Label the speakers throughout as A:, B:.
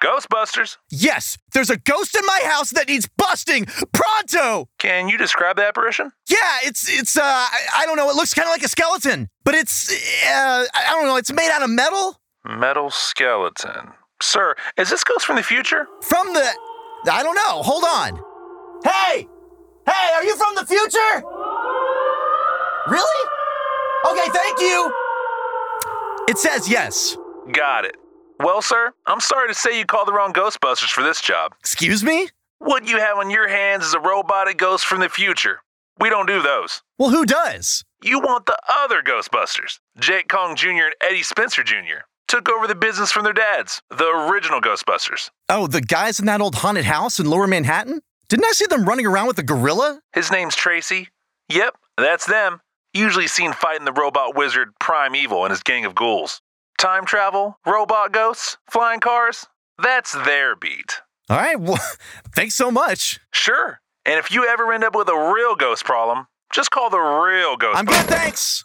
A: Ghostbusters?
B: Yes, there's a ghost in my house that needs busting pronto.
A: Can you describe the apparition?
B: Yeah, it's it's uh I, I don't know. It looks kind of like a skeleton, but it's uh I I don't know. It's made out of metal
A: Metal skeleton. Sir, is this Ghost from the future?
B: from the I don't know. Hold on. Hey, hey, are you from the future? Really? Okay, thank you. It says yes.
A: Got it. Well, sir, I'm sorry to say you called the wrong Ghostbusters for this job.
B: Excuse me?
A: What you have on your hands is a robotic ghost from the future. We don't do those.
B: Well, who does?
A: You want the other Ghostbusters. Jake Kong Jr. and Eddie Spencer Jr. took over the business from their dads, the original Ghostbusters.
B: Oh, the guys in that old haunted house in Lower Manhattan? Didn't I see them running around with a gorilla?
A: His name's Tracy. Yep, that's them. Usually seen fighting the robot wizard Primeval and his gang of ghouls. Time travel, robot ghosts, flying cars. That's their beat.
B: All right, well, thanks so much.
A: Sure. And if you ever end up with a real ghost problem, just call the real ghost.
B: I'm good, thanks.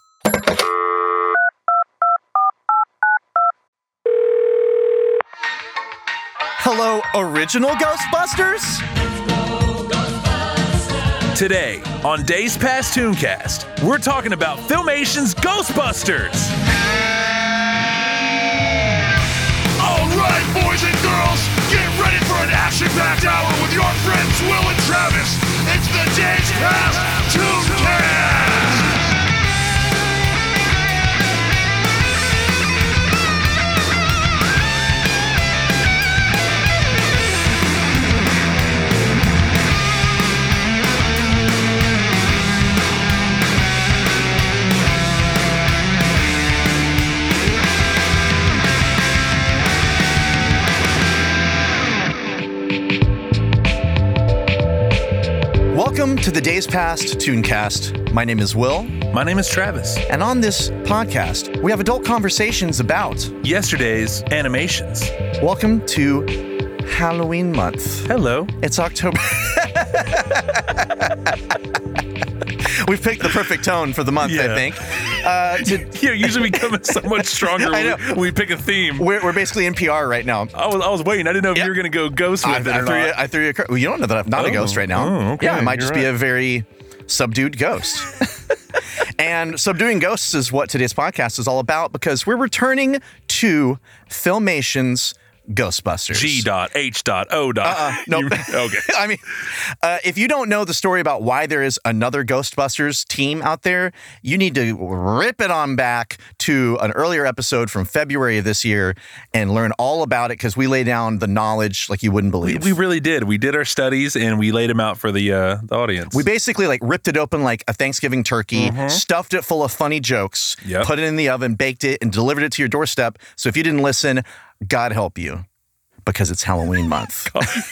B: Hello, original Ghostbusters?
A: Today on Days Past Tooncast, we're talking about Filmation's Ghostbusters.
C: Alright, boys and girls, get ready for an action-packed hour with your friends Will and Travis. It's the Days Past Tooncast!
B: Welcome to the Days Past Tooncast. My name is Will,
A: My name is Travis.
B: and on this podcast, we have adult conversations about
A: Yesterday's animations.
B: welcome to Halloween month.
A: Hello.
B: It's October. We've picked the perfect tone for the month, I
A: Yeah.
B: think. Uh, to,
A: Yeah, usually we come in so much stronger
B: I
A: when
B: know.
A: we, when we pick a theme.
B: we're, we're basically in PR right now.
A: I was, I was waiting. I didn't know if
B: Yeah.
A: you were going to go ghost with
B: I,
A: it
B: I
A: or
B: threw
A: not.
B: you, I threw you a cur- well, you don't know that I'm not a
A: Oh,
B: ghost right now.
A: oh, okay,
B: Yeah, I might
A: you're
B: just be
A: right.
B: a very subdued ghost. and subduing ghosts is what today's podcast is all about because we're returning to Filmation's Ghostbusters.
A: G dot, H dot, O dot.
B: Uh, nope.
A: You- okay.
B: I mean, uh, if you don't know the story about why there is another Ghostbusters team out there, you need to rip it on back to an earlier episode from February of this year and learn all about it because we lay down the knowledge like you wouldn't believe.
A: We really did. We did our studies and we laid them out for the uh, the audience.
B: We basically like ripped it open like a Thanksgiving turkey, stuffed it full of funny jokes,
A: Yep.
B: put it in the oven, baked it, and delivered it to your doorstep. So if you didn't listen, God help you because it's Halloween month.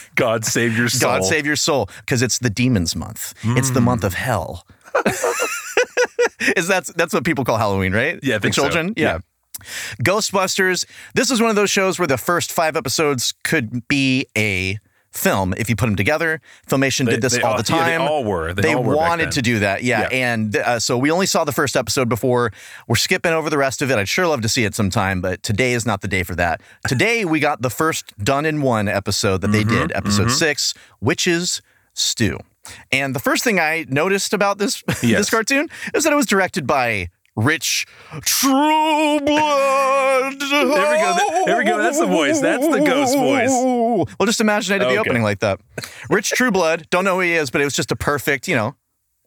A: God save your soul. Hmm.
B: God save your soul because it's the demons month. It's the month of hell. Is that's that's what people call Halloween, right?
A: Yeah, I
B: The
A: think so.
B: children. Yeah. Ghostbusters. This is one of those shows where the first five episodes could be a film if you put them together. Filmation
A: They-
B: did this
A: they
B: all,
A: all-
B: the
A: yeah, they
B: time.
A: all were. They
B: They
A: all were back
B: wanted
A: then.
B: to do that. Yeah.
A: Yeah.
B: And uh, so we only saw the first episode before. We're skipping over the rest of it. I'd sure love to see it sometime, but today is not the day for that. Today we got the first done in one episode that they
A: Mm-hmm,
B: did, episode six, Witches Stew. And the first thing I noticed about this this
A: Yes.
B: cartoon is that it was directed by Rich True Blood. there we
A: go. There we go. That's the voice. That's the ghost voice.
B: Ooh. Well, just imagine I did the
A: Okay.
B: opening like that. Rich Trueblood, don't know who he is, but it was just a perfect, you know,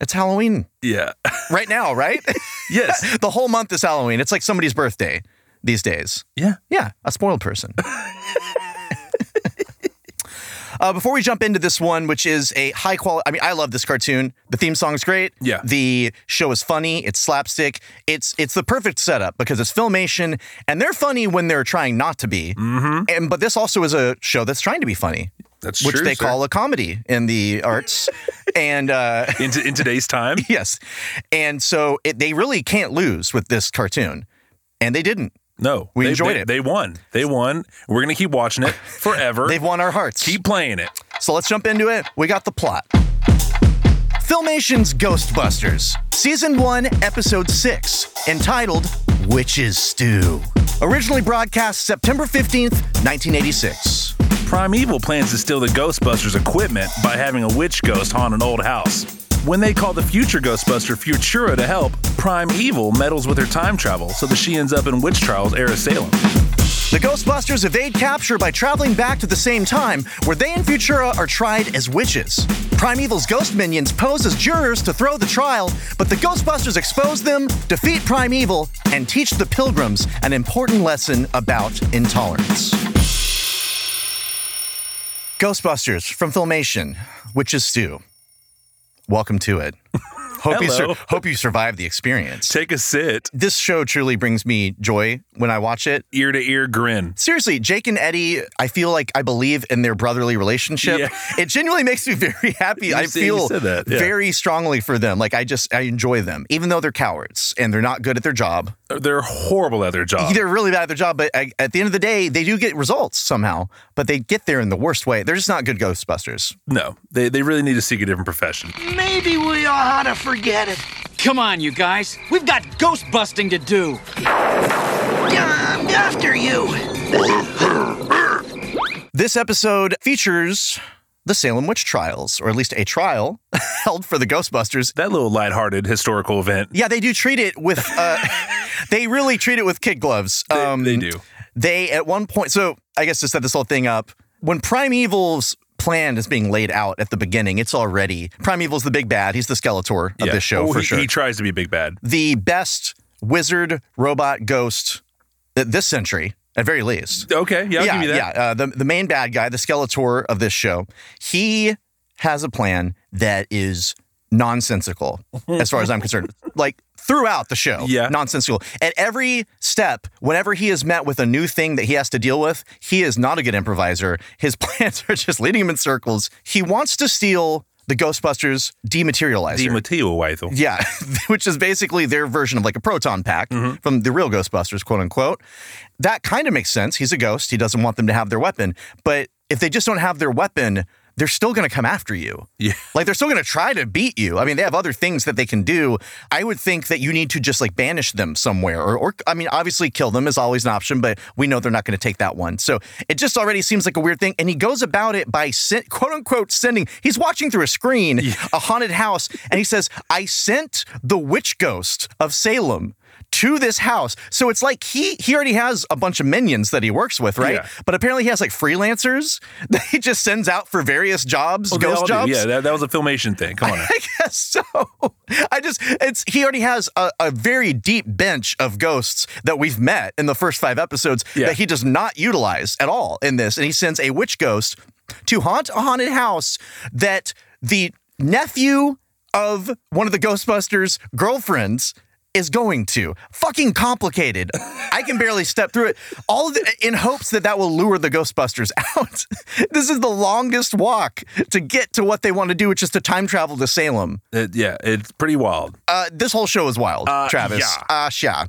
B: it's Halloween
A: Yeah.
B: right now, right?
A: yes.
B: the whole month is Halloween. It's like somebody's birthday these days.
A: Yeah.
B: Yeah, a spoiled person. Uh, before we jump into this one, which is a high quality, I mean, I love this cartoon. The theme song's great.
A: Yeah.
B: The show is funny. It's slapstick. It's it's the perfect setup because it's filmation, and they're funny when they're trying not to be. Mm-hmm. And but this also is a show that's trying to be funny,
A: That's
B: which
A: true,
B: they
A: sir.
B: call a comedy in the arts. and uh,
A: in, t- in today's time.
B: yes, and so it, they really can't lose with this cartoon, and they didn't.
A: No,
B: We
A: They-
B: enjoyed
A: they-
B: it.
A: They won. They won. We're gonna keep watching it forever.
B: They've won our hearts.
A: keep playing it.
B: So let's jump into it. We got the plot. Filmation's Ghostbusters, Season 1, Episode 6, entitled Witches Stew. Originally broadcast September 15th, 1986.
A: Primeval plans to steal the Ghostbusters' equipment by having a witch ghost haunt an old house. When they call the future Ghostbuster Futura to help, Primeval meddles with her time travel so that she ends up in Witch Trials, Air Salem.
B: The Ghostbusters evade capture by traveling back to the same time where they and Futura are tried as witches. Primeval's ghost minions pose as jurors to throw the trial, but the Ghostbusters expose them, defeat Primeval, and teach the pilgrims an important lesson about intolerance. Ghostbusters from Filmation, which is Stu. Welcome to it. Hope you
A: Hello.
B: sur- hope you survive the experience.
A: Take a sit,
B: This show truly brings me joy when I watch it
A: ear to ear grin.
B: seriously, Jake and Eddie, I feel like I believe in their brotherly relationship.
A: Yeah.
B: It genuinely makes me very happy. I
A: said- you
B: feel
A: said that, yeah.
B: very strongly for them. Like I just I enjoy them, even though they're cowards and they're not good at their job.
A: They're horrible at their job.
B: They're really bad at their job, but I, at the end of the day, they do get results somehow. But they get there in the worst way. They're just not good Ghostbusters.
A: No, they, they really need to seek a different profession.
D: Maybe we ought to forget it.
E: Come on, you guys. We've got ghost busting to do.
D: I'm after you.
B: This episode features the Salem witch trials, or at least a trial held for the Ghostbusters
A: That little lighthearted historical event.
B: Yeah, they do treat it with. Uh, they really treat it with kid gloves. Um,
A: they do.
B: They at one point. So I guess to set this whole thing up, when Primeval's plan is being laid out at the beginning, it's already Primeval's the big bad. He's the Skeletor of
A: Yeah.
B: this show
A: Oh,
B: for
A: he,
B: sure.
A: He tries to be big bad.
B: the best wizard, robot, ghost th- this century, at very least.
A: Okay, yeah, I'll
B: yeah,
A: give you that.
B: yeah. Uh, the the main bad guy, the Skeletor of this show, he has a plan that is nonsensical, as far as I'm concerned. Like throughout the show,
A: Yeah.
B: nonsensical. At every step, whenever he is met with a new thing that he has to deal with, he is not a good improviser. His plans are just leading him in circles. He wants to steal the Ghostbusters dematerializer.
A: The Mateo Weithel.
B: Yeah, which is basically their version of like a proton pack from the real Ghostbusters, quote unquote. That kind of makes sense. He's a ghost. He doesn't want them to have their weapon. But if they just don't have their weapon, they're still going to come after you.
A: Yeah.
B: Like they're still going to try to beat you. I mean, they have other things that they can do. I would think that you need to just like banish them somewhere or, or I mean, obviously kill them is always an option, but we know they're not going to take that one. So it just already seems like a weird thing. And he goes about it by sen- quote unquote sending, he's watching through a screen, a haunted house, and he says, I sent the witch ghost of Salem to this house. So it's like he he already has a bunch of minions that he works with, right?
A: Yeah.
B: But apparently he has like freelancers that he just sends out for various jobs,
A: Oh, they all
B: ghost
A: do.
B: jobs.
A: Yeah, that, that was a filmation thing. Come on. now.
B: I guess so. I just it's he already has a, a very deep bench of ghosts that we've met in the first five episodes
A: Yeah.
B: that he does not utilize at all in this. And he sends a witch ghost to haunt a haunted house that the nephew of one of the Ghostbusters girlfriends is going to fucking complicated. I can barely step through it. All of the, in hopes that that will lure the Ghostbusters out. this is the longest walk to get to what they want to do, which is to time travel to Salem.
A: It- yeah, it's pretty wild.
B: Uh, this whole show is wild,
A: Uh,
B: Travis.
A: yeah.
B: Ah, yeah.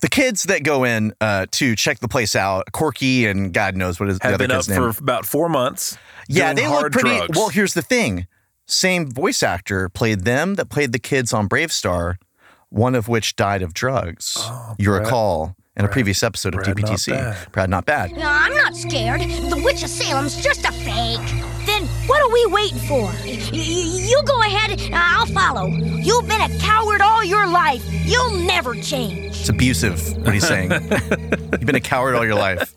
B: The kids that go in uh, to check the place out, Corky and God knows what is the
A: Have
B: other
A: been up
B: kid's name.
A: for about four months.
B: yeah,
A: doing
B: they look
A: hard
B: pretty.
A: drugs.
B: Well, here's the thing: same voice actor played them that played the kids on Brave Star, one of which died of drugs. you recall in a previous episode of
A: Oh, Brad Not
B: DPTC.
A: Bad.
B: Brad, not bad.
F: No, I'm not scared. The Witch of Salem's just a fake. Then what are we waiting for? Y- y- you go ahead, and I'll follow. You've been a coward all your life. You'll never change.
B: It's abusive. What he's saying. You've been a coward all your life.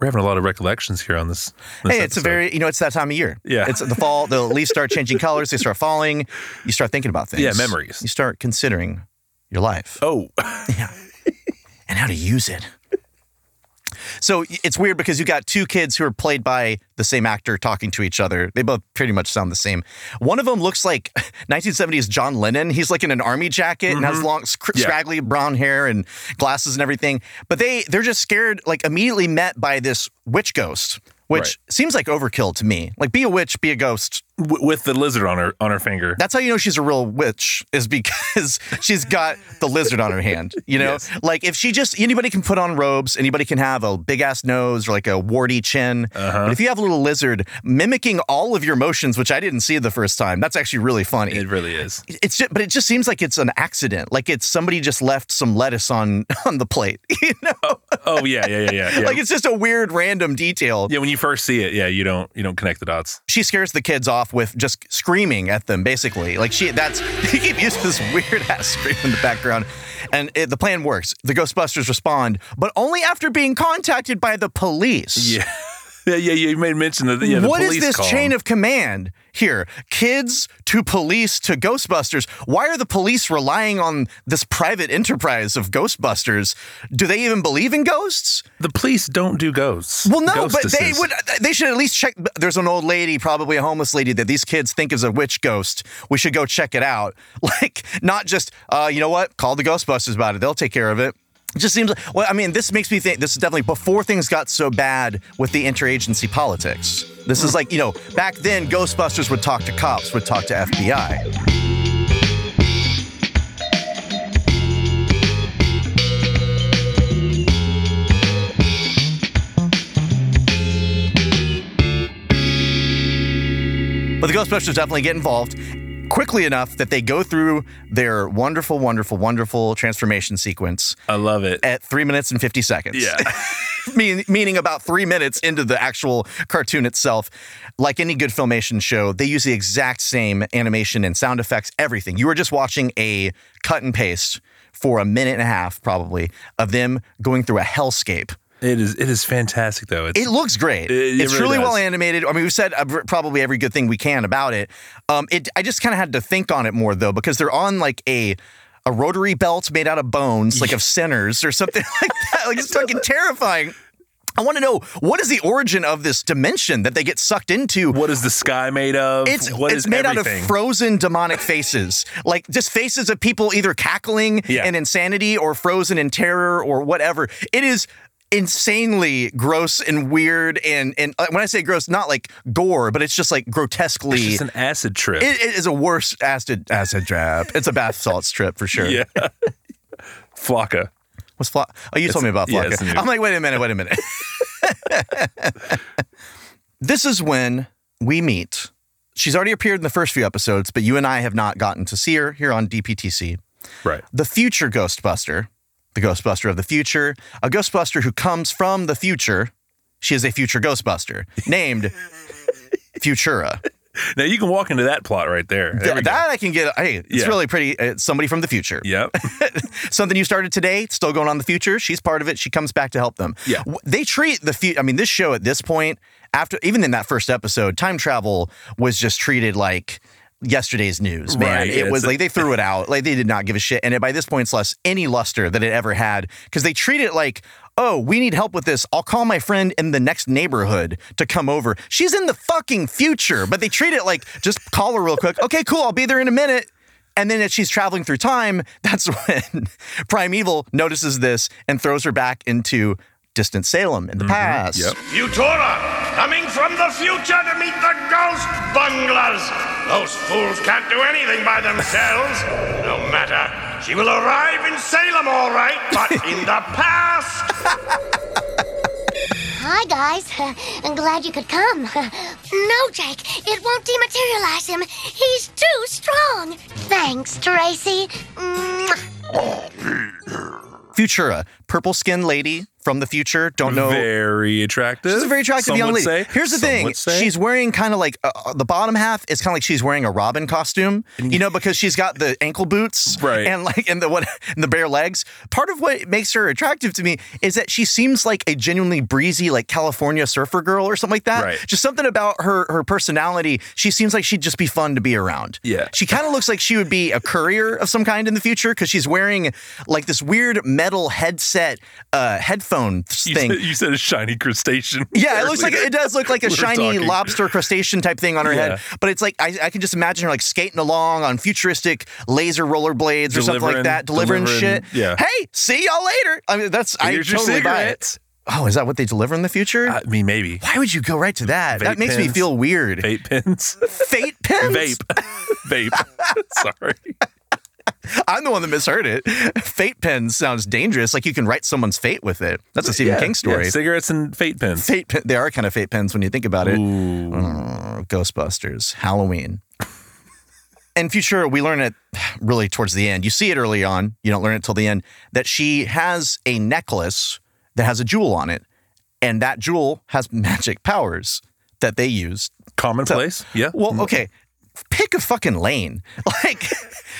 A: We're having a lot of recollections here on this. this
B: Hey, it's a
A: episode.
B: very you know it's that time of year.
A: Yeah.
B: it's the fall. The leaves start changing colors. They start falling. You start thinking about things.
A: Yeah, memories.
B: You start considering your life
A: Oh,
B: and how to use it. So y- it's weird because you got two kids who are played by the same actor talking to each other. They both pretty much sound the same. One of them looks like 1970s John Lennon. He's like in an army jacket and has long scr-
A: Mm-hmm. Yeah.
B: scraggly brown hair and glasses and everything. But they they're just scared like immediately met by this witch ghost, which
A: Right.
B: seems like overkill to me. Like be a witch, be a ghost,
A: w- with the lizard on her on her finger.
B: that's how you know she's a real witch is because she's got the lizard on her hand. You know, like if she just anybody can put on robes, anybody can have a big ass nose or like a warty chin. But if you have a little lizard mimicking all of your motions, which I didn't see the first time, that's actually really funny.
A: it really is.
B: it's just, but it just seems like it's an accident. Like it's somebody just left some lettuce on on the plate. You know,
A: Oh, Oh yeah, yeah, yeah, yeah. yeah.
B: Like it's just a weird random detail.
A: yeah, when you first see it, yeah, you don't you don't connect the dots.
B: She scares the kids off with just screaming at them, basically. Like she that's they keep using this weird ass scream in the background. And it, the plan works. The Ghostbusters respond, but only after being contacted by the police.
A: Yeah. Yeah, yeah, you made mention of the, yeah, the
B: what is
A: police
B: this
A: call
B: chain
A: him.
B: of command here? Kids to police to Ghostbusters. Why are the police relying on this private enterprise of Ghostbusters? Do they even believe in ghosts?
A: The police don't do ghosts.
B: Well, no, but they
A: Ghostesses.
B: would. They should at least check. There's an old lady, probably a homeless lady, that these kids think is a witch ghost. We should go check it out. Like, not just, uh, you know what? Call the Ghostbusters about it. They'll take care of it. It just seems. Like, well, I mean, this makes me think. This is definitely before things got so bad with the interagency politics. This is like, you know, back then Ghostbusters would talk to cops, would talk to FBI. But the Ghostbusters definitely get involved quickly enough that they go through their wonderful, wonderful, wonderful transformation sequence
A: I love it.
B: at three minutes and 50 seconds.
A: Yeah.
B: mean, meaning about three minutes into the actual cartoon itself. Like any good filmation show, they use the exact same animation and sound effects, everything. You were just watching a cut and paste for a minute and a half, probably, of them going through a hellscape.
A: It is it is fantastic though. It's
B: It looks great.
A: It- it
B: it's
A: really
B: really
A: does.
B: well animated. I mean, we've said uh, probably every good thing we can about it. Um, it I just kind of had to think on it more though because they're on like a a rotary belt made out of bones, like of sinners or something like that. Like it's fucking terrifying. I want to know what is the origin of this dimension that they get sucked into.
A: what is the sky made of?
B: It's
A: what
B: it's
A: is
B: made out
A: everything?
B: of frozen demonic faces, like just faces of people either cackling
A: Yeah.
B: in insanity or frozen in terror or whatever. It is insanely gross and weird and and uh, when I say gross, not like gore, but it's just like grotesquely.
A: It's just an acid trip.
B: it, it is a worse acid acid trap. It's a bath salts trip for sure.
A: yeah. Flocka.
B: What's Flo- Oh, you told me about
A: yeah,
B: Flocka.
A: it's new.
B: I'm like, wait a minute, wait a minute. this is when we meet. She's already appeared in the first few episodes, but you and I have not gotten to see her here on DPTC.
A: Right.
B: The future Ghostbuster, the Ghostbuster of the future, a Ghostbuster who comes from the future. She is a future Ghostbuster named Futura.
A: Now you can walk into that plot right there. There we
B: Th-
A: go.
B: that I can get. Hey, it's
A: Yeah.
B: really pretty. It's somebody from the future.
A: Yep.
B: something you started today, still going on in the future. She's part of it. She comes back to help them.
A: Yeah.
B: W- They treat the future. I mean, this show at this point, after even in that first episode, time travel was just treated like yesterday's news, man.
A: Right,
B: It
A: yeah,
B: was
A: it's a-
B: like they threw it out. Like they did not give a shit. And it, by this point, it's lost any luster that it ever had because they treat it like. Oh, we need help with this. I'll call my friend in the next neighborhood to come over. She's in the fucking future, but they treat it like just call her real quick. Okay, cool. I'll be there in a minute. And then as she's traveling through time, that's when Primeval notices this and throws her back into distant Salem in the past.
A: Mm-hmm. Yep.
G: Futura, coming from the future to meet the ghost bunglers. Those fools can't do anything by themselves. No matter. She will arrive in Salem, all right, but in the past.
H: Hi, guys. I'm glad you could come. No, Jake, it won't dematerialize him. He's too strong. Thanks, Tracy. Mwah.
B: Futura, purple skinned lady from the future. Don't know.
A: Very attractive.
B: She's a very attractive
A: some
B: young
A: would
B: lady.
A: say.
B: Here's the
A: Some
B: thing:
A: would say.
B: she's wearing kind of like uh, uh, the bottom half is kind of like she's wearing a Robin costume, you know, because she's got the ankle boots,
A: Right.
B: And like and the what and the bare legs. Part of what makes her attractive to me is that she seems like a genuinely breezy, like California surfer girl or something like that.
A: Right.
B: Just something about her her personality. She seems like she'd just be fun to be around.
A: Yeah.
B: She kind of looks like she would be a courier of some kind in the future because she's wearing like this weird metal headset uh, headphone
A: you
B: thing.
A: Said, you said a shiny crustacean.
B: Yeah, it looks like it does look like a
A: We were
B: shiny
A: talking.
B: lobster crustacean type thing on her
A: Yeah.
B: head. But it's like I, I can just imagine her like skating along on futuristic laser rollerblades or something like
A: Delivering-
B: that, delivering,
A: delivering-
B: shit.
A: yeah.
B: Hey, see y'all later. I mean, that's
A: Here's
B: I
A: your
B: totally buy it.
A: cigarettes.
B: Oh, is that what they deliver in the future?
A: I mean, maybe
B: Why would you go right to that? That
A: Vape
B: makes me
A: pens.
B: feel weird.
A: vape pens.
B: Fate pens.
A: Vape. Vape. Sorry.
B: I'm the one that misheard it. Fate pens sounds dangerous. Like you can write someone's fate with it. That's a Stephen King story.
A: Yeah, cigarettes and fate pens.
B: fate pen, they are kind of fate pens when you think about it.
A: Ooh.
B: Mm, Ghostbusters, Halloween. And Futura, we learn it really towards the end. You see it early on, you don't learn it till the end, that she has a necklace that has a jewel on it, and that jewel has magic powers that they use.
A: Commonplace. Yeah.
B: Well, okay, pick a fucking lane. Like,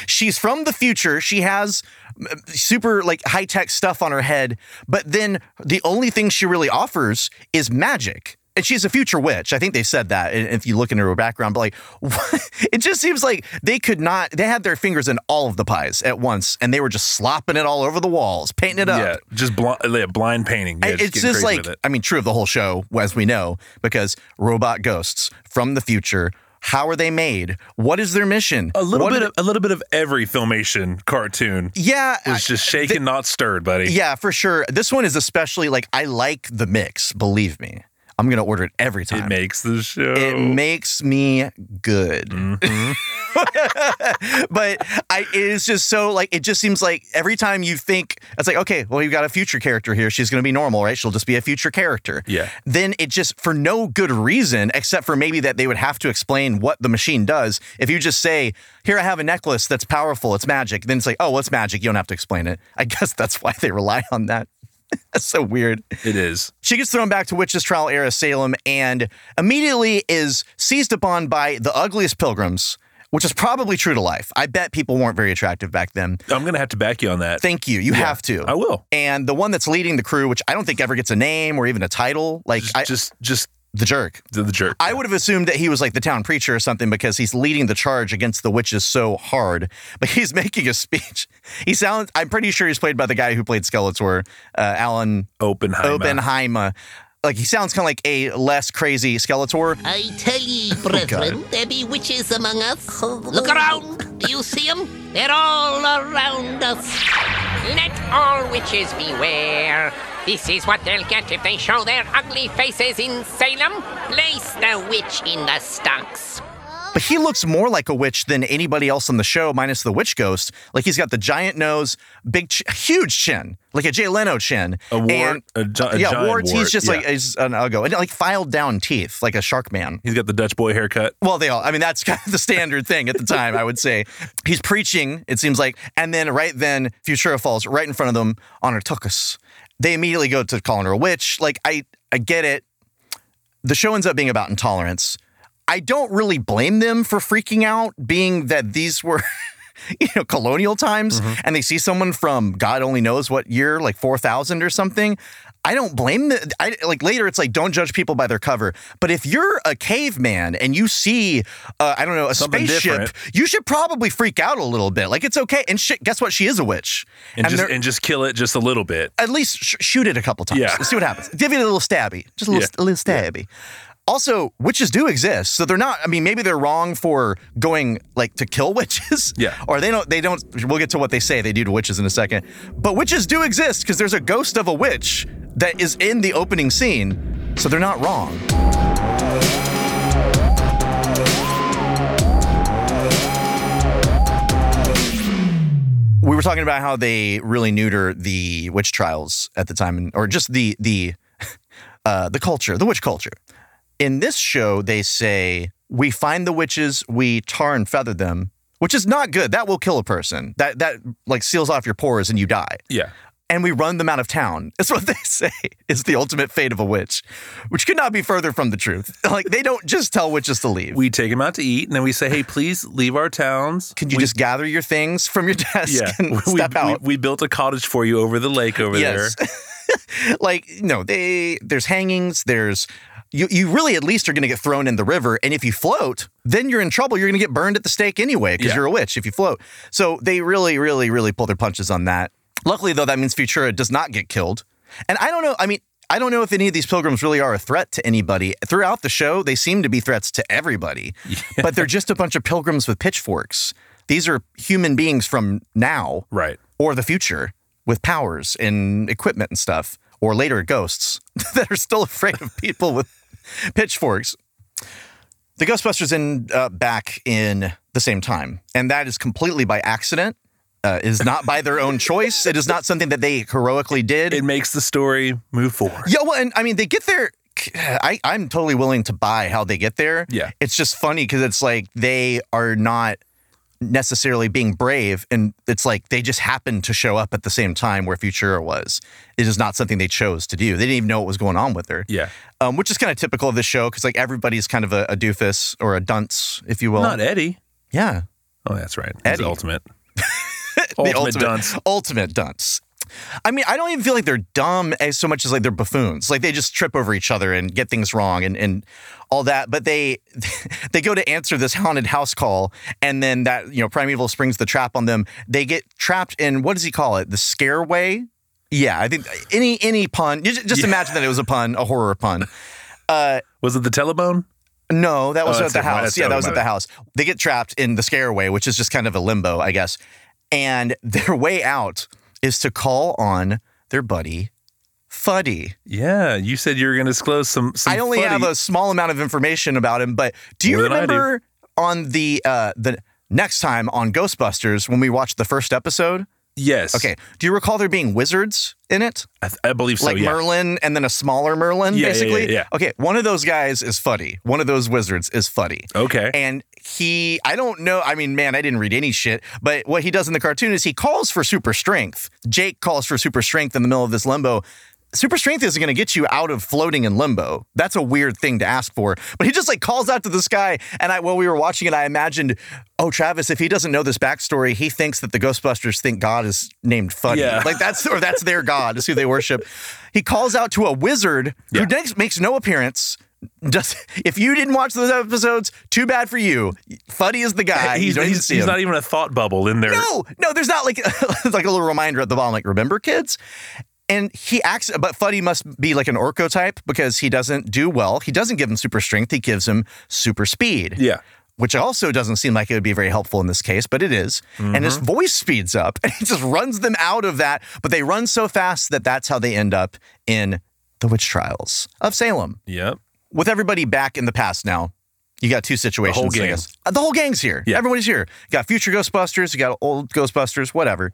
B: she's from the future. She has mm, super like high tech stuff on her head, but then the only thing she really offers is magic. And she's a future witch. I think they said that i- if you look into her background, but like, it just seems like they could not, they had their fingers in all of the pies at once and they were just slopping it all over the walls, painting it up.
A: Yeah. Just bl- yeah, blind painting. Yeah,
B: I-
A: just
B: it's
A: getting
B: just
A: crazy
B: like
A: with it.
B: I mean, true of the whole show, as we know, because robot ghosts from the future. How are they made? What is their mission?
A: a little
B: What
A: bit
B: are
A: of a little bit of every filmation cartoon
B: they- yeah, I-
A: was just shaken, not stirred, buddy.
B: yeah, for sure. This one is especially like I like the mix. Believe me, I'm gonna order it every time.
A: It makes the show.
B: It makes me good. but I it is just so like it just seems like every time you think it's like, okay, well, you've got a future character here. She's gonna be normal, right? She'll just be a future character.
A: Yeah.
B: Then it just for no good reason, except for maybe that they would have to explain what the machine does. If you just say, Here I have a necklace that's powerful, it's magic, then it's like, oh, well, it's magic. You don't have to explain it. I guess that's why they rely on that. that's so weird.
A: it is.
B: She gets thrown back to Witch's Trial era Salem and immediately is seized upon by the ugliest pilgrims, which is probably true to life. I bet people weren't very attractive back then.
A: I'm gonna have to back you on that.
B: Thank you. You have to.
A: I will.
B: And the one that's leading the crew, which I don't think ever gets a name or even a title, like
A: Just,
B: I,
A: just, just
B: the jerk.
A: the, the jerk.
B: I would have assumed that he was like the town preacher or something because he's leading the charge against the witches so hard. But he's making a speech. He sounds, I'm pretty sure he's played by the guy who played Skeletor, uh, Alan
A: Oppenheimer.
B: Oppenheimer. Like he sounds kind of like a less crazy Skeletor.
I: I tell ye, brethren, there be witches among us. Look around. Do you see them? They're all around us.
J: Let all witches beware. This is what they'll get if they show their ugly faces in Salem. Place the witch in the stocks.
B: But he looks more like a witch than anybody else on the show, minus the witch ghost. Like he's got the giant nose, big, ch- huge chin, like a Jay Leno chin.
A: A wart,
B: And-
A: a gi- a
B: yeah,
A: giant
B: warts.
A: wart,
B: He's just like
A: yeah.
B: he's an uggo, and like filed down teeth, like a shark man.
A: He's got the Dutch boy haircut.
B: Well, they all. I mean, that's kind of the standard thing at the time. I would say he's preaching. It seems like, and then right then, Futura falls right in front of them on her tuchus. They immediately go to calling her a witch. Like I, I get it. The show ends up being about intolerance. I don't really blame them for freaking out, being that these were. You know, colonial times,
A: Mm-hmm.
B: and they see someone from God only knows what year, like 4000 or something. I don't blame the. I like later. It's like don't judge people by their cover. But if you're a caveman and you see, uh, I don't know, a
A: Something
B: spaceship,
A: different.
B: you should probably freak out a little bit. Like it's okay. And shit, guess what? She is a witch.
A: And, just
B: they're-
A: and just kill it just a little bit.
B: at least sh- shoot it a couple times.
A: Yeah.
B: Let's see what happens. Give it a little stabby, just a little,
A: Yeah.
B: a little stabby. Also, witches do exist, so they're not. I mean, maybe they're wrong for going like to kill witches.
A: Yeah.
B: or they don't. They don't. We'll get to what they say they do to witches in a second. But witches do exist because there's a ghost of a witch that is in the opening scene, so they're not wrong. we were talking about how they really neuter the witch trials at the time, and- or just the the uh, the culture, the witch culture. In this show, they say we find the witches, we tar and feather them, which is not good. That will kill a person. That that like seals off your pores and you die
A: Yeah.
B: and we run them out of town. That's what they say is the ultimate fate of a witch, which could not be further from the truth. Like they don't just tell witches to leave.
A: We take him out to eat, and then we say, "Hey, please leave our towns."
B: Can you
A: we,
B: just gather your things from your desk
A: Yeah.
B: and
A: we,
B: step
A: we-
B: out?
A: we built a cottage for you over the lake over
B: yes.
A: there.
B: like no, they there's hangings, there's you, you really at least are going to get thrown in the river and if you float then you're in trouble you're going to get burned at the stake anyway because
A: Yeah.
B: you're a witch if you float so they really really really pull their punches on that luckily though that means futura does not get killed and i don't know i mean i don't know if any of these pilgrims really are a threat to anybody throughout the show they seem to be threats to everybody but they're just a bunch of pilgrims with pitchforks these are human beings from now
A: Right.
B: or the future with powers and equipment and stuff, or later ghosts that are still afraid of people with pitchforks. The Ghostbusters end up back in the same time, and that is completely by accident. Uh, is not by their own choice. It is not something that they heroically did.
A: It makes the story move forward.
B: Yeah, well, and I mean, they get there. I, I'm totally willing to buy how they get there.
A: Yeah.
B: It's just funny because it's like they are not necessarily being brave. And it's like they just happened to show up at the same time where Futura was. It is not something they chose to do. They didn't even know what was going on with her.
A: Yeah.
B: Um, which is kind of typical of this show because like everybody's kind of a, a doofus or a dunce, if you will.
A: Not e- Eddie.
B: Yeah.
A: Oh, that's right. He's
B: Eddie.
A: ultimate.
B: the
A: Ultimate
B: ultimate
A: dunce.
B: Ultimate dunce. I mean, I don't even feel like they're dumb as so much as like they're buffoons. Like they just trip over each other and get things wrong and, and all that. But they they go to answer this haunted house call, and then that you know primeval springs the trap on them. They get trapped in what does he call it? The scareway. Yeah, I think any any pun. You ju- just
A: Yeah.
B: imagine that it was a pun, a horror pun. Uh,
A: Was it the telebone?
B: no, that
A: Oh,
B: was at
A: that's
B: the
A: different.
B: house.
A: That's
B: Yeah, that was at
A: different.
B: the house. They get trapped in the scareway, which is just kind of a limbo, I guess. And their way out is to call on their buddy Fuddy.
A: Yeah, you said you were going to disclose some. some
B: I only
A: footy.
B: have a small amount of information about him, but do you
A: More than I do.
B: remember on the uh, the next time on Ghostbusters when we watched the first episode?
A: Yes.
B: Okay, do you recall there being wizards in it,
A: I, th- I believe so.
B: like
A: yeah.
B: Merlin and then a smaller Merlin,
A: Yeah, yeah, yeah,
B: basically?
A: yeah.
B: Okay, one of those guys is Fuddy. One of those wizards is Fuddy.
A: Okay.
B: And he, I don't know. I mean, man, I didn't read any shit. But what he does in the cartoon is he calls for super strength. Jake calls for super strength in the middle of this limbo. Super strength isn't going to get you out of floating in limbo. That's a weird thing to ask for. But he just like calls out to the sky. And I, while we were watching it, I imagined, oh, Travis, if he doesn't know this backstory, he thinks that the Ghostbusters think God is named Funny.
A: Yeah.
B: Like that's, or that's their God, is who they worship. He calls out to a wizard
A: Yeah.
B: who makes, makes no appearance. Does, if you didn't watch those episodes, too bad for you. Fuddy is the guy. uh, you
A: he's,
B: don't even
A: he's,
B: see
A: he's
B: him.
A: not even a thought bubble in there.
B: No, no, there's not like like a little reminder at the bottom, like remember kids. And he acts, but Fuddy must be like an Orco type because he doesn't do well. He doesn't give him super strength. He gives him super speed.
A: Yeah.
B: Which also doesn't seem like it would be very helpful in this case, but it is. And his voice speeds up and he just runs them out of that. But they run so fast that that's how they end up in the witch trials of Salem
A: Yep.
B: with everybody back in the past now, you got two situations.
A: whole
B: I
A: gang.
B: guess. Uh, The whole gang's here.
A: Yeah.
B: Everybody's here. You got future Ghostbusters, you got old Ghostbusters, whatever.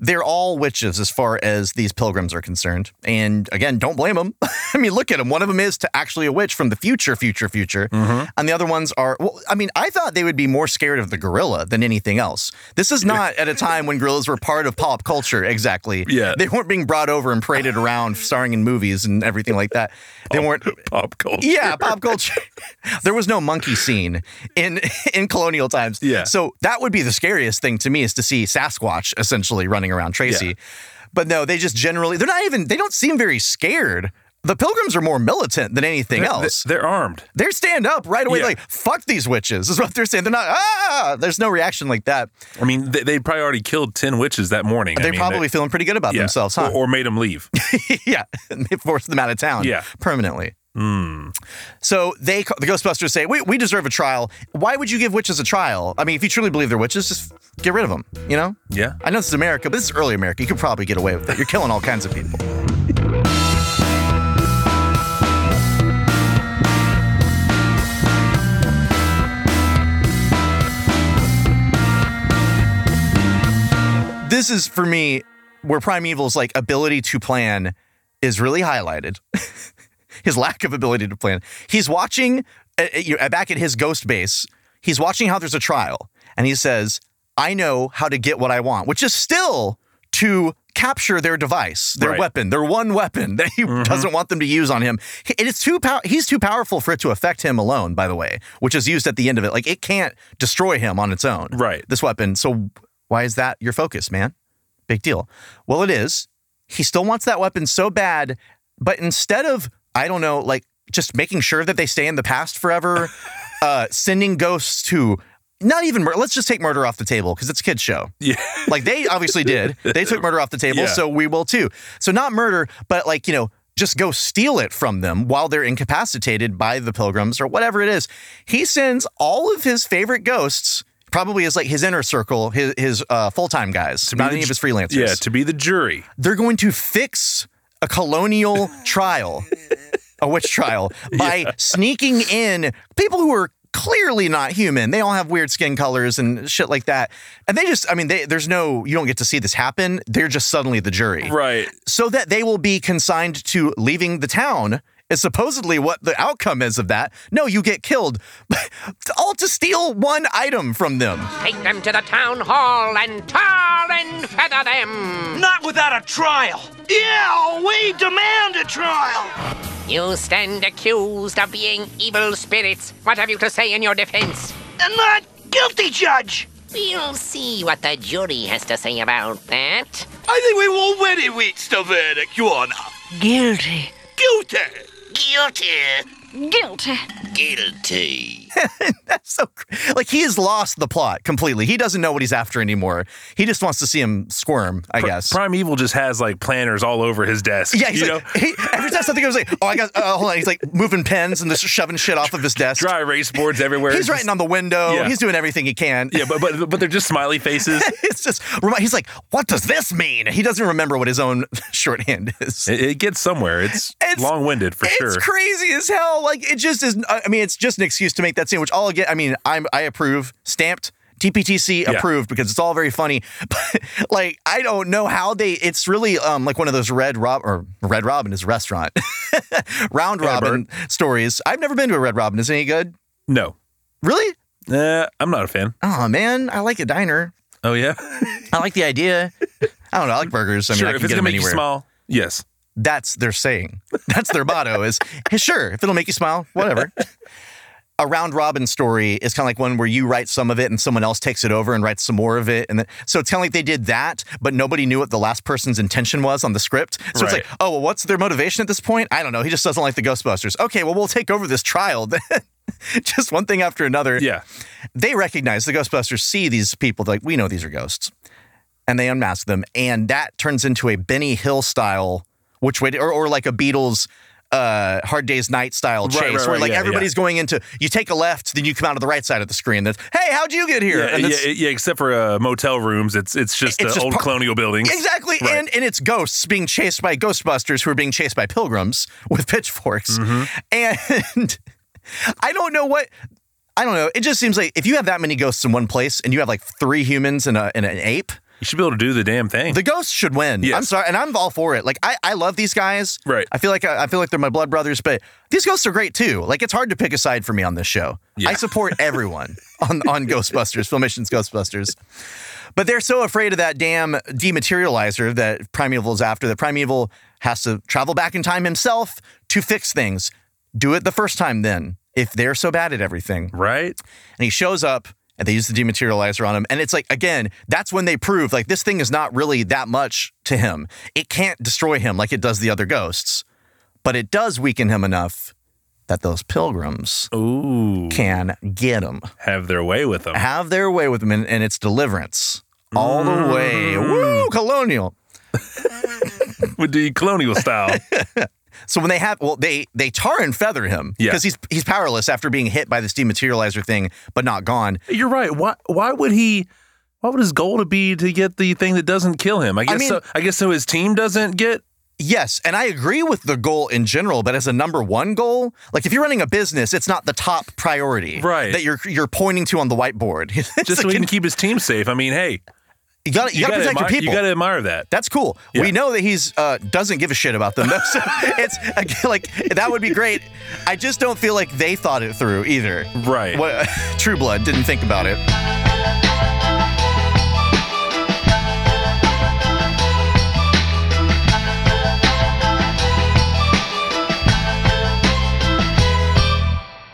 B: They're all witches as far as these pilgrims are concerned. And again, don't blame them. I mean, look at them. One of them is to actually a witch from the future, future, future.
A: Mm-hmm.
B: And the other ones are, well, I mean, I thought they would be more scared of the gorilla than anything else. This is not at a time when gorillas were part of pop culture, exactly.
A: Yeah.
B: They weren't being brought over and paraded around, starring in movies and everything like that.
A: Oh.
B: They weren't
A: Pop culture.
B: yeah, pop culture. there was no monkey scene in in colonial times.
A: Yeah.
B: So that would be the scariest thing to me is to see Sasquatch essentially running around Tracy.
A: Yeah.
B: But no, they just generally they're not even they don't seem very scared. The pilgrims are more militant than anything
A: They're-
B: else.
A: They're armed.
B: They're stand up right away,
A: Yeah.
B: like "fuck these witches" is what they're saying. They're not ah. There's no reaction like that.
A: I mean, they, they probably already killed 10 witches that morning. I
B: They're
A: mean,
B: probably feeling pretty good about
A: yeah.
B: themselves, huh?
A: Or, or made them leave.
B: yeah, and they force them out of town.
A: Yeah.
B: permanently. So they, the Ghostbusters, say, "We we deserve a trial. Why would you give witches a trial? I mean, if you truly believe they're witches, just get rid of them. You know?
A: Yeah.
B: I know this is America, but this is early America. You could probably get away with it. You're killing all kinds of people. This is for me where Primeval's like ability to plan is really highlighted. his lack of ability to plan. He's watching uh, uh, you know, back at his ghost base. He's watching how there's a trial, and he says, "I know how to get what I want," which is still to capture their device, their
A: Right.
B: weapon, their one weapon that he doesn't want them to use on him. He- It is too pow- he's too powerful for it to affect him alone. By the way, which is used at the end of it. Like it can't destroy him on its own.
A: Right.
B: This weapon. So why is that your focus, man? Big deal. Well, it is. He still wants that weapon so bad, but instead of, I don't know, like just making sure that they stay in the past forever, uh, sending ghosts to not even murder. Let's just take murder off the table because it's a kid's show.
A: Yeah.
B: Like they obviously did. They took murder off the table,
A: Yeah.
B: so we will too. So not murder, but like, you know, just go steal it from them while they're incapacitated by the pilgrims or whatever it is. He sends all of his favorite ghosts, probably as like his inner circle, his, his uh, full time guys, not
A: the
B: any of
A: ju-
B: his freelancers
A: Yeah, to be the jury.
B: they're going to fix a colonial trial, a witch trial, by sneaking in people who are clearly not human. They all have weird skin colors and shit like that. And they just, I mean, they, there's no, you don't get to see this happen. They're just suddenly the jury
A: Right.
B: so that they will be consigned to leaving the town is supposedly what the outcome is of that. No, you get killed, all to steal one item from them.
J: Take them to the town hall and tar and feather them.
E: Not without a trial.
D: Yeah, we demand a trial.
J: You stand accused of being evil spirits. What have you to say in your defense?
D: I'm not guilty, Judge.
I: We'll see what the jury has to say about that.
K: I think we've already reached a verdict, Your Honor.
L: Guilty.
K: Guilty.
L: Guilty.
F: Guilty.
K: Guilty.
B: That's so cr- like he has lost the plot completely. He doesn't know what he's after anymore. He just wants to see him squirm. I
A: Pri-
B: guess.
A: Prime Evil just has like planners all over his desk.
B: Yeah, he's
A: you
B: like,
A: know,
B: he, every time something goes like, oh, I got, uh, hold on. He's like moving pens and just shoving shit off of his desk.
A: dry erase boards everywhere.
B: He's writing on the window.
A: Yeah.
B: He's doing everything he can.
A: yeah, but but but they're just smiley faces.
B: it's just, remi- he's like, what does this mean? He doesn't remember what his own shorthand is.
A: It, it gets somewhere. It's,
B: It's-
A: long-winded for sure.
B: It's crazy as hell. Like it just is. I mean, it's just an excuse to make that scene, which I'll get. I mean, I'm I approve. Stamped. TPTC
A: Yeah.
B: approved because it's all very funny, but like I don't know how they. It's really um like one of those Red Rob or Red Robin is a restaurant, round robin stories. I've never been to a Red Robin. Is it any good?
A: No,
B: Really?
A: uh, I'm not a fan.
B: Oh man, I like a diner.
A: Oh yeah,
B: I like the idea. I don't know. I like burgers. I mean,
A: sure.
B: I can
A: if it's
B: get
A: gonna
B: them
A: make
B: anywhere.
A: you small, yes.
B: That's their saying. That's their motto is "Hey, sure, if it'll make you smile, whatever. A round robin story is kind of like one where you write some of it and someone else takes it over and writes some more of it. And then, so it's kind of like they did that, but nobody knew what the last person's intention was on the script. So
A: Right.
B: it's like, oh, well, what's their motivation at this point? I don't know. He just doesn't like the Ghostbusters. Okay, well, we'll take over this trial then. just one thing after another.
A: Yeah.
B: They recognize the Ghostbusters see these people. They're like, we know these are ghosts and they unmask them, and that turns into a Benny Hill style, which way, or, or like a Beatles. Uh, hard days night style
A: Right,
B: chase
A: right,
B: where
A: right,
B: like
A: yeah,
B: everybody's going into you take a left then you come out of the right side of the screen that's hey how'd you get here
A: Yeah,
B: and
A: yeah,
B: it's,
A: yeah, except for uh, motel rooms, it's it's just,
B: It's
A: uh,
B: just
A: old
B: par-
A: colonial buildings.
B: exactly
A: Right.
B: and and it's ghosts being chased by ghostbusters who are being chased by pilgrims with pitchforks and I don't know what I don't know it just seems like if you have that many ghosts in one place and you have like three humans and, a, and an ape
A: You should be able to do the damn thing.
B: The ghosts should win.
A: Yes.
B: I'm sorry, and I'm all for it. Like I, I love these guys.
A: Right.
B: I feel like I, I feel like they're my blood brothers, but these ghosts are great too. Like it's hard to pick a side for me on this show.
A: Yeah.
B: I support everyone on on Ghostbusters, Filmation's Ghostbusters. But they're so afraid of that damn dematerializer that Primeval is after. That Primeval has to travel back in time himself to fix things. Do it the first time then. If they're so bad at everything
A: right?
B: and he shows up and they use the dematerializer on him and it's like again that's when they prove like this thing is not really that much to him it can't destroy him like it does the other ghosts but it does weaken him enough that those pilgrims
A: Oh. Ooh,
B: can get him
A: have their way with them.
B: have their way with him and, and it's deliverance all the way woo colonial
A: With the colonial style.
B: So when they have, well, they they tar and feather him
A: Yeah.
B: because he's he's powerless after being hit by this dematerializer thing, but not gone.
A: You're right. Why why would he why would his goal to be to get the thing that doesn't kill him? I guess
B: mean-
A: so I guess so his team doesn't get
B: Yes, and I agree with the goal in general, but as a number one goal, like if you're running a business, it's not the top priority
A: Right.
B: that you're you're pointing to on the whiteboard. It's
A: just so
B: like,
A: he can keep his team safe. I mean, hey,
B: you got you, got to protect
A: admire,
B: your people.
A: You gotta admire that.
B: That's cool. We know that he's uh, doesn't give a shit about them. though, so it's again, like that would be great. I just don't feel like they thought it through either.
A: Right.
B: What, True Blood didn't think about it.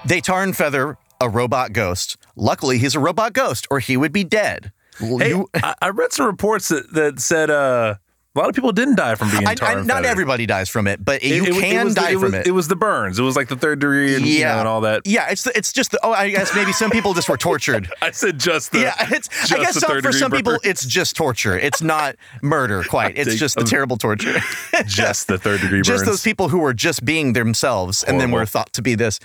B: They tar and feather a robot ghost. Luckily, he's a robot ghost, or he would be dead.
A: Hey,
B: You-
A: I, I read some reports that, that said uh, a lot of people didn't die from being
B: I-
A: tar
B: I-
A: and
B: not
A: feathered.
B: everybody dies from it, but you
A: it,
B: can
A: was the-
B: die
A: it was,
B: from it.
A: It was the burns. It was like the third degree and, you know, and all that.
B: Yeah, it's the, it's just the, oh, I guess maybe some people just were tortured.
A: I said just the
B: yeah, it's
A: just
B: I guess
A: the
B: some,
A: third
B: for some
A: degree
B: people
A: burn.
B: it's just torture. It's not murder quite. It's
A: think
B: just the
A: of-
B: terrible torture.
A: um, just the third degree
B: just
A: burns.
B: those people who were just being themselves and then were
A: Horrible.
B: thought to be this.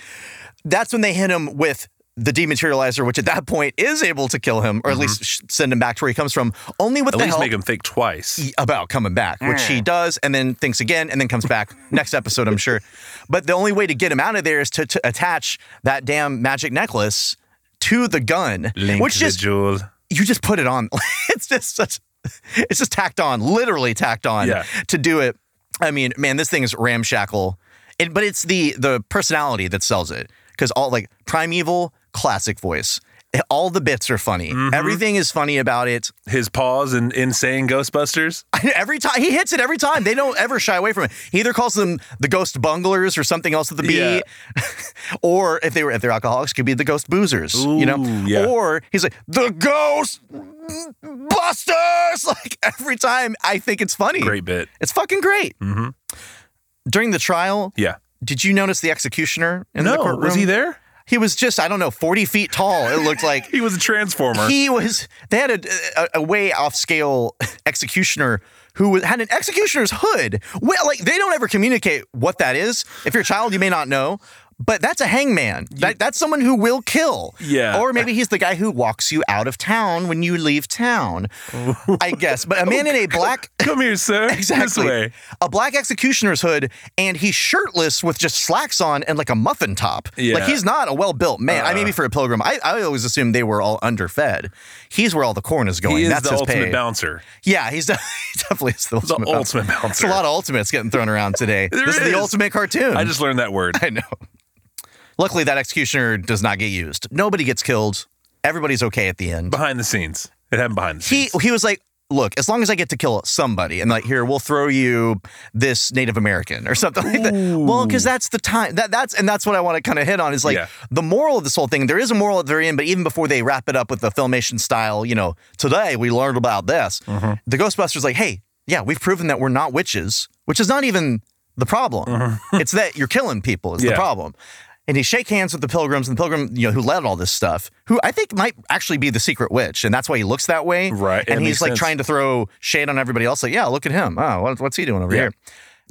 B: That's when they hit him with the dematerializer, which at that point is able to kill him or at least sh- send him back to where he comes from, only with
A: Mm-hmm. At
B: the
A: least
B: help
A: make Mm. him think twice.
B: about coming back, which he does, and then thinks again, and then comes back next episode, I'm sure. But the only way to get him out of there is to, to attach that damn magic necklace to the gun,
A: Link
B: which
A: the
B: just
A: jewel.
B: you just put it on. it's just such, it's just tacked on, literally tacked on
A: Yeah.
B: to do it. I mean, man, this thing is ramshackle. It, but it's the the personality that sells it because all like primeval classic voice. All the bits are funny. Everything is funny about it.
A: His pause in, in saying Ghostbusters.
B: every time he hits it, every time they don't ever shy away from it. He either calls them the ghost bunglers or something else with the B,
A: Yeah.
B: or if they were if they're alcoholics, could be the ghost boozers. you know,
A: Ooh, yeah.
B: or he's like the ghost busters. Like every time, I think it's funny.
A: Great bit.
B: It's fucking great.
A: Mhm.
B: During the trial,
A: Yeah.
B: did you notice the executioner in
A: no,
B: the courtroom?
A: was he there?
B: He was just I don't know, forty feet tall. It looked like
A: He was a transformer.
B: he was. They had a, a, a way off scale executioner who was- had an executioner's hood. Well, like they don't ever communicate what that is. If you're a child, you may not know. But that's a hangman. That, that's someone who will kill.
A: Yeah.
B: Or maybe he's the guy who walks you out of town when you leave town. I guess. But a man in a black
A: Come here, sir. This
B: Exactly.
A: way.
B: A black executioner's hood, and he's shirtless with just slacks on and like a muffin top.
A: Yeah. Uh.
B: Like he's not a well built man. I mean, maybe for a pilgrim, I, I always assumed they were all underfed. He's where all the corn is going.
A: He is
B: That's
A: the
B: his
A: ultimate
B: pay.
A: bouncer.
B: Yeah, he's de- he definitely is the
A: The
B: ultimate. bouncer.
A: ultimate bouncer.
B: It's a lot of ultimates getting thrown around today.
A: There
B: this is.
A: is.
B: the ultimate cartoon.
A: I just learned that word.
B: I know. Luckily, that executioner does not get used. Nobody gets killed. Everybody's okay at the end.
A: Behind the scenes. It happened behind the scenes.
B: he he was like look as long as i get to kill somebody and like here we'll throw you this native american or something like that well because that's the time that that's and that's what i want to kind of hit on is like
A: Yeah.
B: the moral of this whole thing there is a moral at the very end but even before they wrap it up with the filmation style you know today we learned about this
A: Mm-hmm.
B: the ghostbusters like hey yeah we've proven that we're not witches which is not even the problem it's that you're killing people is
A: Mm-hmm. Yeah.
B: the problem and he shake hands with the pilgrims and the pilgrim you know who led all this stuff who i think might actually be the secret witch and that's why he looks that way
A: Right,
B: and
A: it
B: he's
A: makes
B: like
A: sense.
B: trying to throw shade on everybody else. Like, yeah, look at him. Oh, what, what's he doing over
A: Yeah.
B: here?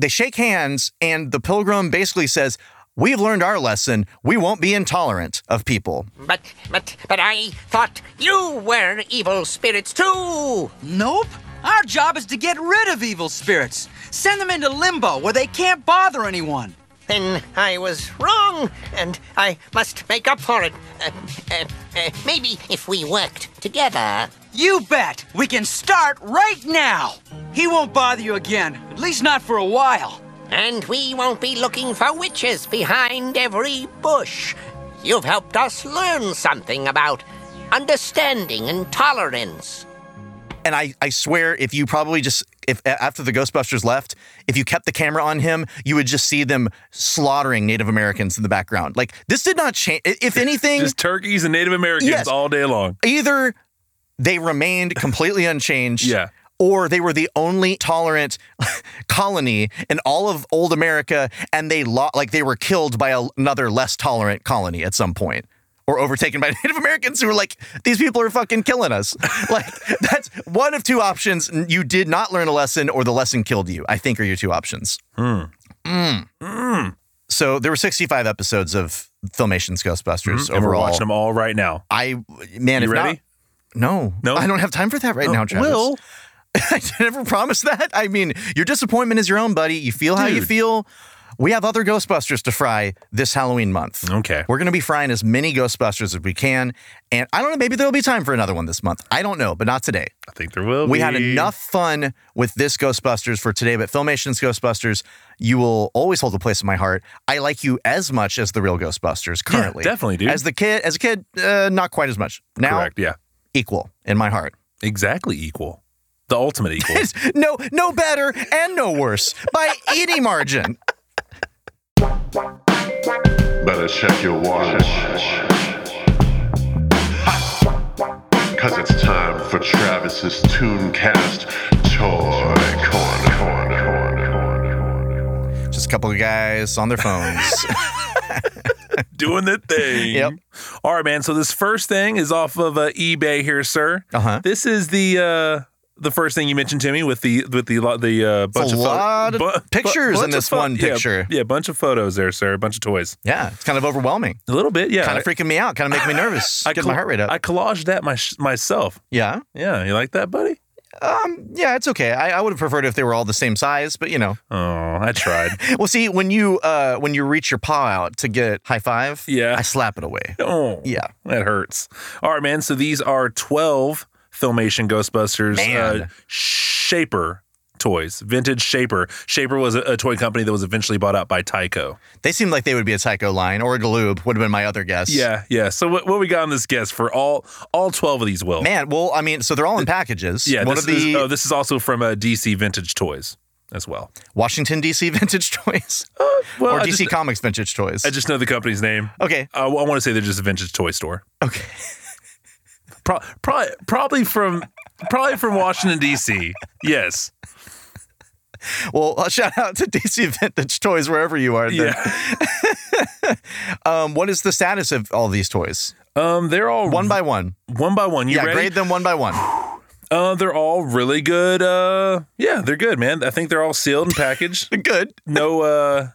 B: They shake hands, and the pilgrim basically says, We've learned our lesson. We won't be intolerant of people.
J: But, but, but I thought you were evil spirits too.
E: Nope. Our job is to get rid of evil spirits. Send them into limbo where they can't bother anyone.
J: Then I was wrong, and I must make up for it. Uh, uh, uh, maybe if we worked together.
E: You bet. We can start right now. He won't bother you again, at least not for a while.
J: And we won't be looking for witches behind every bush. You've helped us learn something about understanding and tolerance.
B: And I, I swear, if you probably just, if a- after the Ghostbusters left, if you kept the camera on him, you would just see them slaughtering Native Americans in the background. Like, this did not change. i- If anything,
A: Just turkeys and Native Americans
B: Yes.
A: all day long.
B: either they remained completely unchanged
A: Yeah.
B: or they were the only tolerant colony in all of old America and they lo- like they were killed by a- another less tolerant colony at some point or overtaken by Native Americans who were like these people are fucking killing us. like that's one of two options you did not learn a lesson or the lesson killed you. I think are your two options. Mm. So there were 65 episodes of Filmation's Ghostbusters
A: And we're
B: overall.
A: watching them all right now.
B: I man,
A: You
B: if
A: ready?
B: Not, no,
A: No? Oh,
B: I don't have time for that right now, Travis.
A: Will.
B: I never promised that. I mean, your disappointment is your own, buddy. You feel how you
A: Dude.
B: feel. We have other Ghostbusters to fry this Halloween month.
A: Okay.
B: We're going to be frying as many Ghostbusters as we can. And I don't know, maybe there'll be time for another one this month. I don't know, but not today.
A: I think there will
B: We
A: be.
B: had enough fun with this Ghostbusters for today, but Filmation's Ghostbusters, you will always hold a place in my heart. I like you as much as the real Ghostbusters currently.
A: definitely, dude.
B: As the kid, as a kid, uh, not quite as much. Now,
A: Correct. Yeah.
B: equal in my heart.
A: Exactly equal. The ultimate equal.
B: no, no better and no worse by any margin.
C: Better check your watch. Cause it's time for Travis's Tooncast Toy Corner. Corner, corner, corner, corner.
B: Just a couple of guys on their phones.
A: Doing the thing.
B: Yep.
A: All right, man. So this first thing is off of uh, eBay here, sir.
B: Uh-huh.
A: This is the uh the first thing you mentioned to me with the with the lo- the uh, bunch
B: a
A: of pho-
B: lot of pictures in
A: bunch of
B: this one
A: yeah,
B: picture.
A: Yeah, bunch of photos there, sir. A bunch of toys.
B: Yeah, it's kind of overwhelming.
A: A little bit, yeah.
B: Kind of freaking me out. Kind of making me nervous. Get my
A: col-
B: heart rate up.
A: I collaged that my, myself.
B: yeah, Um,
A: Yeah, you like that, buddy?
B: yeah, it's okay. I, I would have preferred if they were all the same size, but you know.
A: Oh, I tried.
B: Well, see, when you uh when you reach your paw out to get high five,
A: Yeah.
B: I slap it away.
A: oh,
B: Yeah.
A: that hurts. All right, man. So these are twelve Filmation Ghostbusters
B: Man.
A: Uh, shaper toys, vintage Shaper. Shaper was a, a toy company that was eventually bought out by Tyco.
B: They seemed like they would be a Tyco line or a Galoob would have been my other guess.
A: Yeah, yeah. So what, what we got on this guess for all all twelve of these? Will
B: man? Well, I mean, so they're all in packages.
A: Yeah,
B: One
A: this,
B: of the
A: is, oh, this is also from uh, DC Vintage Toys as well.
B: Washington DC vintage toys
A: well,
B: or
A: Oh, I
B: DC
A: just- uh,
B: Comics vintage toys.
A: I just know the company's name.
B: Okay.
A: Uh, well, I want to say they're just a vintage toy store.
B: Okay.
A: Pro- pro- probably from probably from Washington D.C. Yes.
B: Well, uh, shout out to DC Vintage Toys wherever you are. Then. um, what is the status of all these toys?
A: Um, they're all
B: one by one.
A: One by one. You
B: yeah,
A: ready?
B: grade them one by one.
A: Uh, they're all really good. Uh, yeah, they're good, man. I think they're all sealed and packaged.
B: good.
A: No. Uh,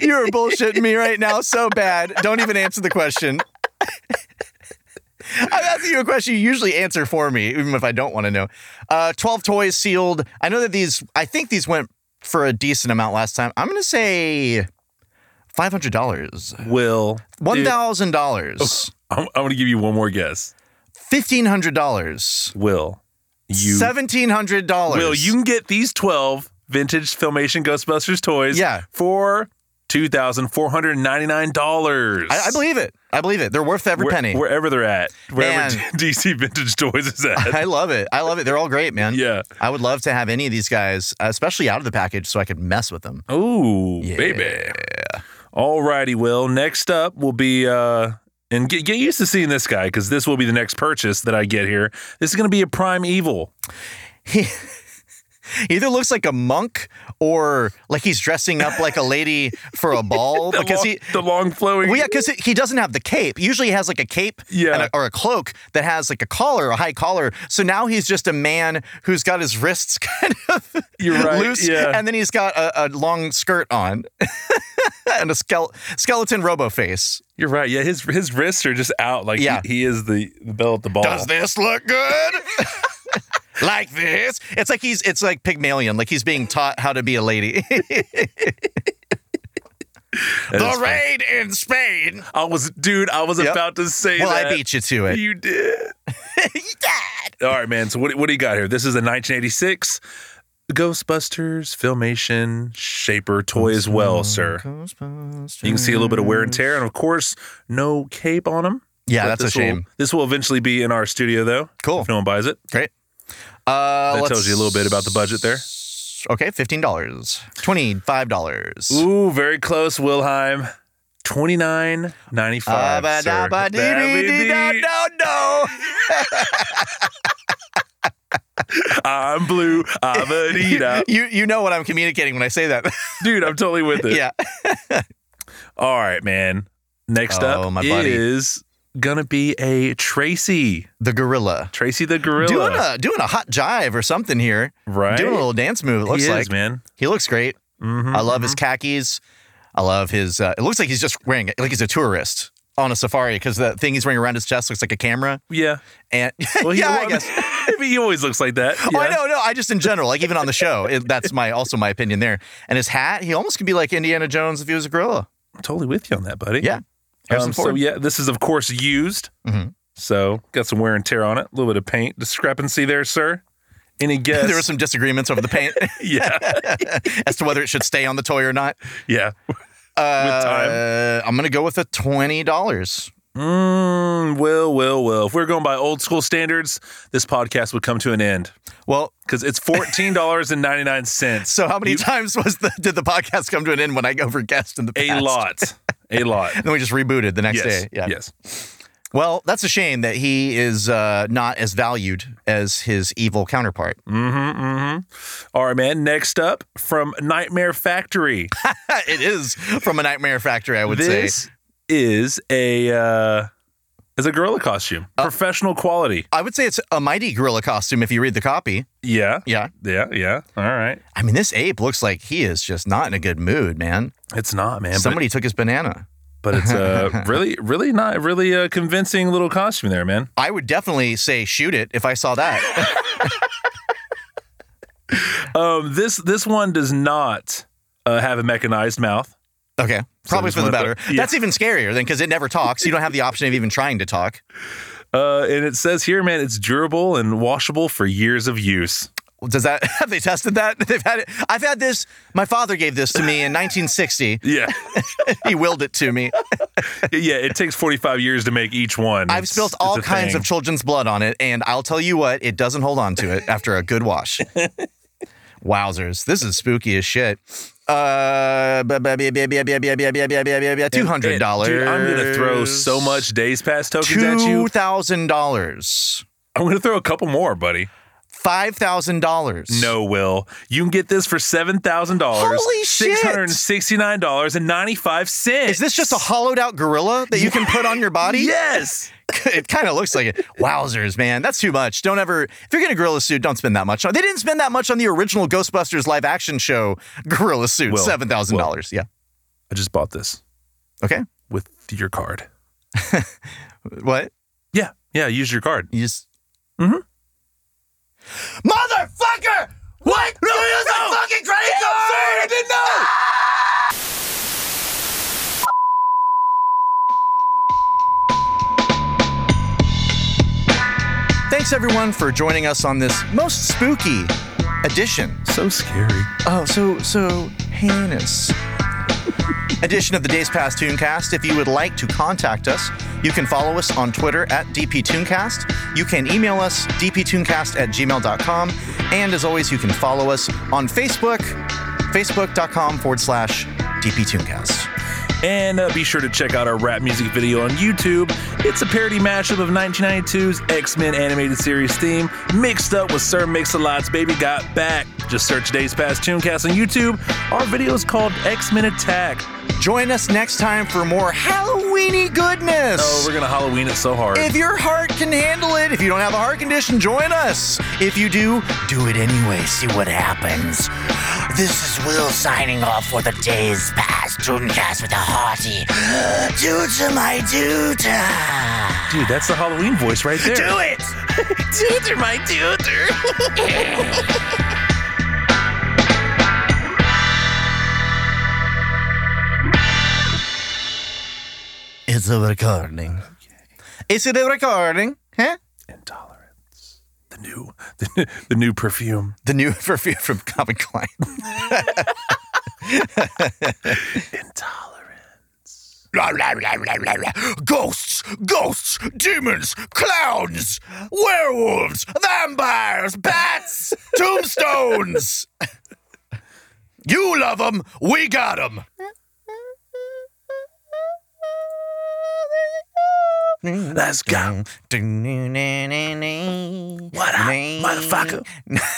B: you are bullshitting me right now so bad. Don't even answer the question. I'm asking you a question you usually answer for me, even if I don't want to know. Uh, 12 toys sealed. I know that these, I think these went for a decent amount last time. I'm going to say $500.
A: Will.
B: $1,000.
A: I'm, I'm gonna give you one more guess.
B: $1,500.
A: Will. You.
B: $1,700.
A: Will you can get these twelve vintage Filmation Ghostbusters toys?
B: Yeah.
A: For two thousand four hundred ninety nine dollars.
B: I, I believe it. I believe it. They're worth every
A: Where-
B: penny.
A: Wherever they're at, wherever
B: Man.
A: DC Vintage Toys is at.
B: I love it. I love it. They're all great, man.
A: Yeah.
B: I would love to have any of these guys, especially out of the package, so I could mess with them.
A: Oh, baby. All righty, Will. Next up will be, uh, and get, get used to seeing this guy because this will be the next purchase that I get here. This is going to be a prime evil.
B: He either looks like a monk or like he's dressing up like a lady for a ball
A: The
B: because
A: long,
B: he.
A: the long flowing.
B: Well, yeah, because he doesn't have the cape. Usually, he has like a cape
A: Yeah.
B: and a- or a cloak that has like a collar, a high collar. So now he's just a man who's got his wrists kind of
A: You're right,
B: loose,
A: yeah.
B: and then he's got a, a long skirt on and a skele- skeleton robo face.
A: You're right. Yeah, his his wrists are just out. Like
B: Yeah.
A: he, he is the the bell at the ball.
B: Does this look good? like this? It's like he's it's like Pygmalion, like he's being taught how to be a lady.
A: That is
B: the
A: fun.
B: raid in Spain.
A: I was, dude. I was
B: Yep.
A: about to say.
B: Well,
A: that.
B: I beat you to it.
A: You did. All right, man. So what, what do you got here? This is a 1986 Ghostbusters Filmation Shaper toy as well, sir. You can see a little bit of wear and tear, and of course, no cape on them.
B: Yeah, that's a
A: this will-
B: shame.
A: this will eventually be in our studio, though.
B: Cool.
A: If no one buys it,
B: Great. Uh,
A: that
B: let's-
A: tells you a little bit about the budget there.
B: Okay, fifteen dollars, twenty-five dollars.
A: Ooh, very close, Wilhelm. Twenty nine ninety five.
B: Uh, no.
A: I'm blue. I'm a Nina.
B: You you know what I'm communicating when I say that.
A: dude. I'm totally with it.
B: yeah.
A: All right, man. Next
B: Oh,
A: up
B: my buddy.
A: is gonna be a Tracy,
B: The gorilla.
A: Tracy the Gorilla.
B: Doing a doing a hot jive or something here.
A: right?
B: Doing a little dance move, it
A: he
B: looks
A: is,
B: like.
A: man. Mm-hmm.
B: He looks great. I love his khakis. I love his. Uh, it looks like he's just wearing it like he's a tourist on a safari because the thing he's wearing around his chest looks like a camera.
A: Yeah.
B: And
A: he,
B: yeah, I
A: well,
B: guess.
A: I mean, he always looks like that.
B: Oh, I
A: Yeah.
B: know, no, I just in general, like even on the show, it, that's my also my opinion there. And his hat, he almost could be like Indiana Jones if he was a gorilla.
A: I'm totally with you on that, buddy.
B: Yeah, Harrison
A: Um, so
B: Ford.
A: yeah, this is of course used.
B: Mhm.
A: So got some wear and tear on it. A little bit of paint discrepancy there, sir. Any guess?
B: There were some disagreements over the paint
A: yeah,
B: as to whether it should stay on the toy or not.
A: yeah.
B: Uh,
A: time.
B: I'm gonna go with a twenty dollars.
A: Mm, well, well, well. If we we're going by old school standards, this podcast would come to an end.
B: Well,
A: because it's fourteen dollars and ninety nine cents.
B: so how many times was the did the podcast come to an end when I go for guest in the past?
A: A lot, a lot.
B: And then we just rebooted the next
A: yes,
B: day. Yeah.
A: yes.
B: Well, that's a shame that he is uh, not as valued as his evil counterpart.
A: Mm-hmm, mm-hmm. All right, man. Next up from Nightmare Factory.
B: it is from a Nightmare Factory, I would
A: this
B: say.
A: is a uh, is a gorilla costume,
B: Oh.
A: professional quality.
B: I would say it's a mighty gorilla costume if you read the copy.
A: Yeah,
B: Yeah.
A: yeah, yeah. All right.
B: I mean, this ape looks like he is just not in a good mood, man.
A: It's not, man. but-
B: Somebody took his banana.
A: but, it's uh, really, really not really a convincing little costume there, man.
B: I would definitely say shoot it if I saw that.
A: Um, this this one does not uh, have a mechanized mouth.
B: okay. Probably
A: just
B: for the
A: wanna
B: better.
A: put- yeah.
B: That's even scarier than because it never talks. You don't have the option of even trying to talk.
A: Uh, and it says here, man, it's durable and washable for years of use.
B: Does that have they tested that? They've had it. I've had this. My father gave this to me in 1960.
A: Yeah,
B: he willed it to me.
A: yeah, it takes 45 years to make each one.
B: I've
A: It's-
B: spilt
A: it's
B: all
A: a
B: kinds
A: thing.
B: of children's blood on it, and I'll tell you what, it doesn't hold on to it after a good wash. Wowzers, this is spooky as shit. Uh, two hundred dollars.
A: Dude, I'm gonna throw so much Days Pass tokens at
B: Two
A: you.
B: thousand dollars.
A: I'm gonna throw a couple more, buddy.
B: Five thousand dollars.
A: No, Will. You can get this for seven thousand dollars.
B: Holy shit.
A: Six hundred and sixty-nine dollars and ninety-five cents.
B: Is this just a hollowed out gorilla that you can put on your body?
A: Yes.
B: it kind of looks like it. Wowzers, man. That's too much. Don't ever, if you're going to gorilla suit, don't spend that much. on- They didn't spend that much on the original Ghostbusters live action show gorilla suit,
A: Will,
B: $7,000. Yeah.
A: I just bought this
B: Okay.
A: with your card.
B: What?
A: Yeah, yeah. Use your card.
B: You just.
C: Mm-hmm. Motherfucker! What? No, no, no! fucking credit card! I didn't know!
B: Thanks, everyone, for joining us on this most spooky edition.
A: So scary.
B: Oh, so, so heinous. edition of the Days Past Tooncast. If you would like to contact us, you can follow us on Twitter at DPTooncast. You can email us, dptooncast at gmail.com. And as always, you can follow us on Facebook, facebook.com forward slash dptooncast.
A: And uh, be sure to check out our rap music video on YouTube. It's a parody mashup of 1992's X Men animated series theme, mixed up with Sir Mix a Lot's Baby Got Back. Just search Days Past Tooncast on YouTube. Our video is called X Men Attack.
B: Join us next time for more Halloweeny goodness.
A: Oh, we're going to Halloween it so hard.
B: If your heart can handle it, if you don't have a heart condition, join us. If you do, do it anyway. See what happens. This is Will signing off for the days past. Tooncast with a hearty due to my duty.
A: Dude, that's the Halloween voice right there.
C: Do it! Tutor, my tutor!
B: It's a recording. Is it a recording? Huh?
A: the new perfume.
B: The new perfume from Calvin Klein.
C: La, la, la, la, la, la. Ghosts, ghosts, demons, clowns, werewolves, vampires, bats, tombstones. You love 'em, we got 'em.
B: Let's go. What
C: up, motherfucker?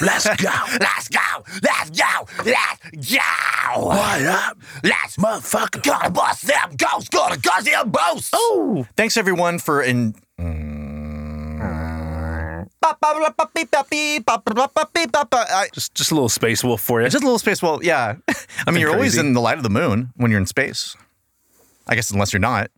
C: Let's go. Let's go. Let's go. Let's go. What up? Let's motherfucker. Gonna bust them ghosts. Gonna bust them ghosts. Oh.
B: Thanks everyone for in.
A: Just, just a little space wolf for you.
B: Just a little space. Well, yeah. I mean, you're always
A: crazy.
B: in the light of the moon when you're in space. I guess unless you're not.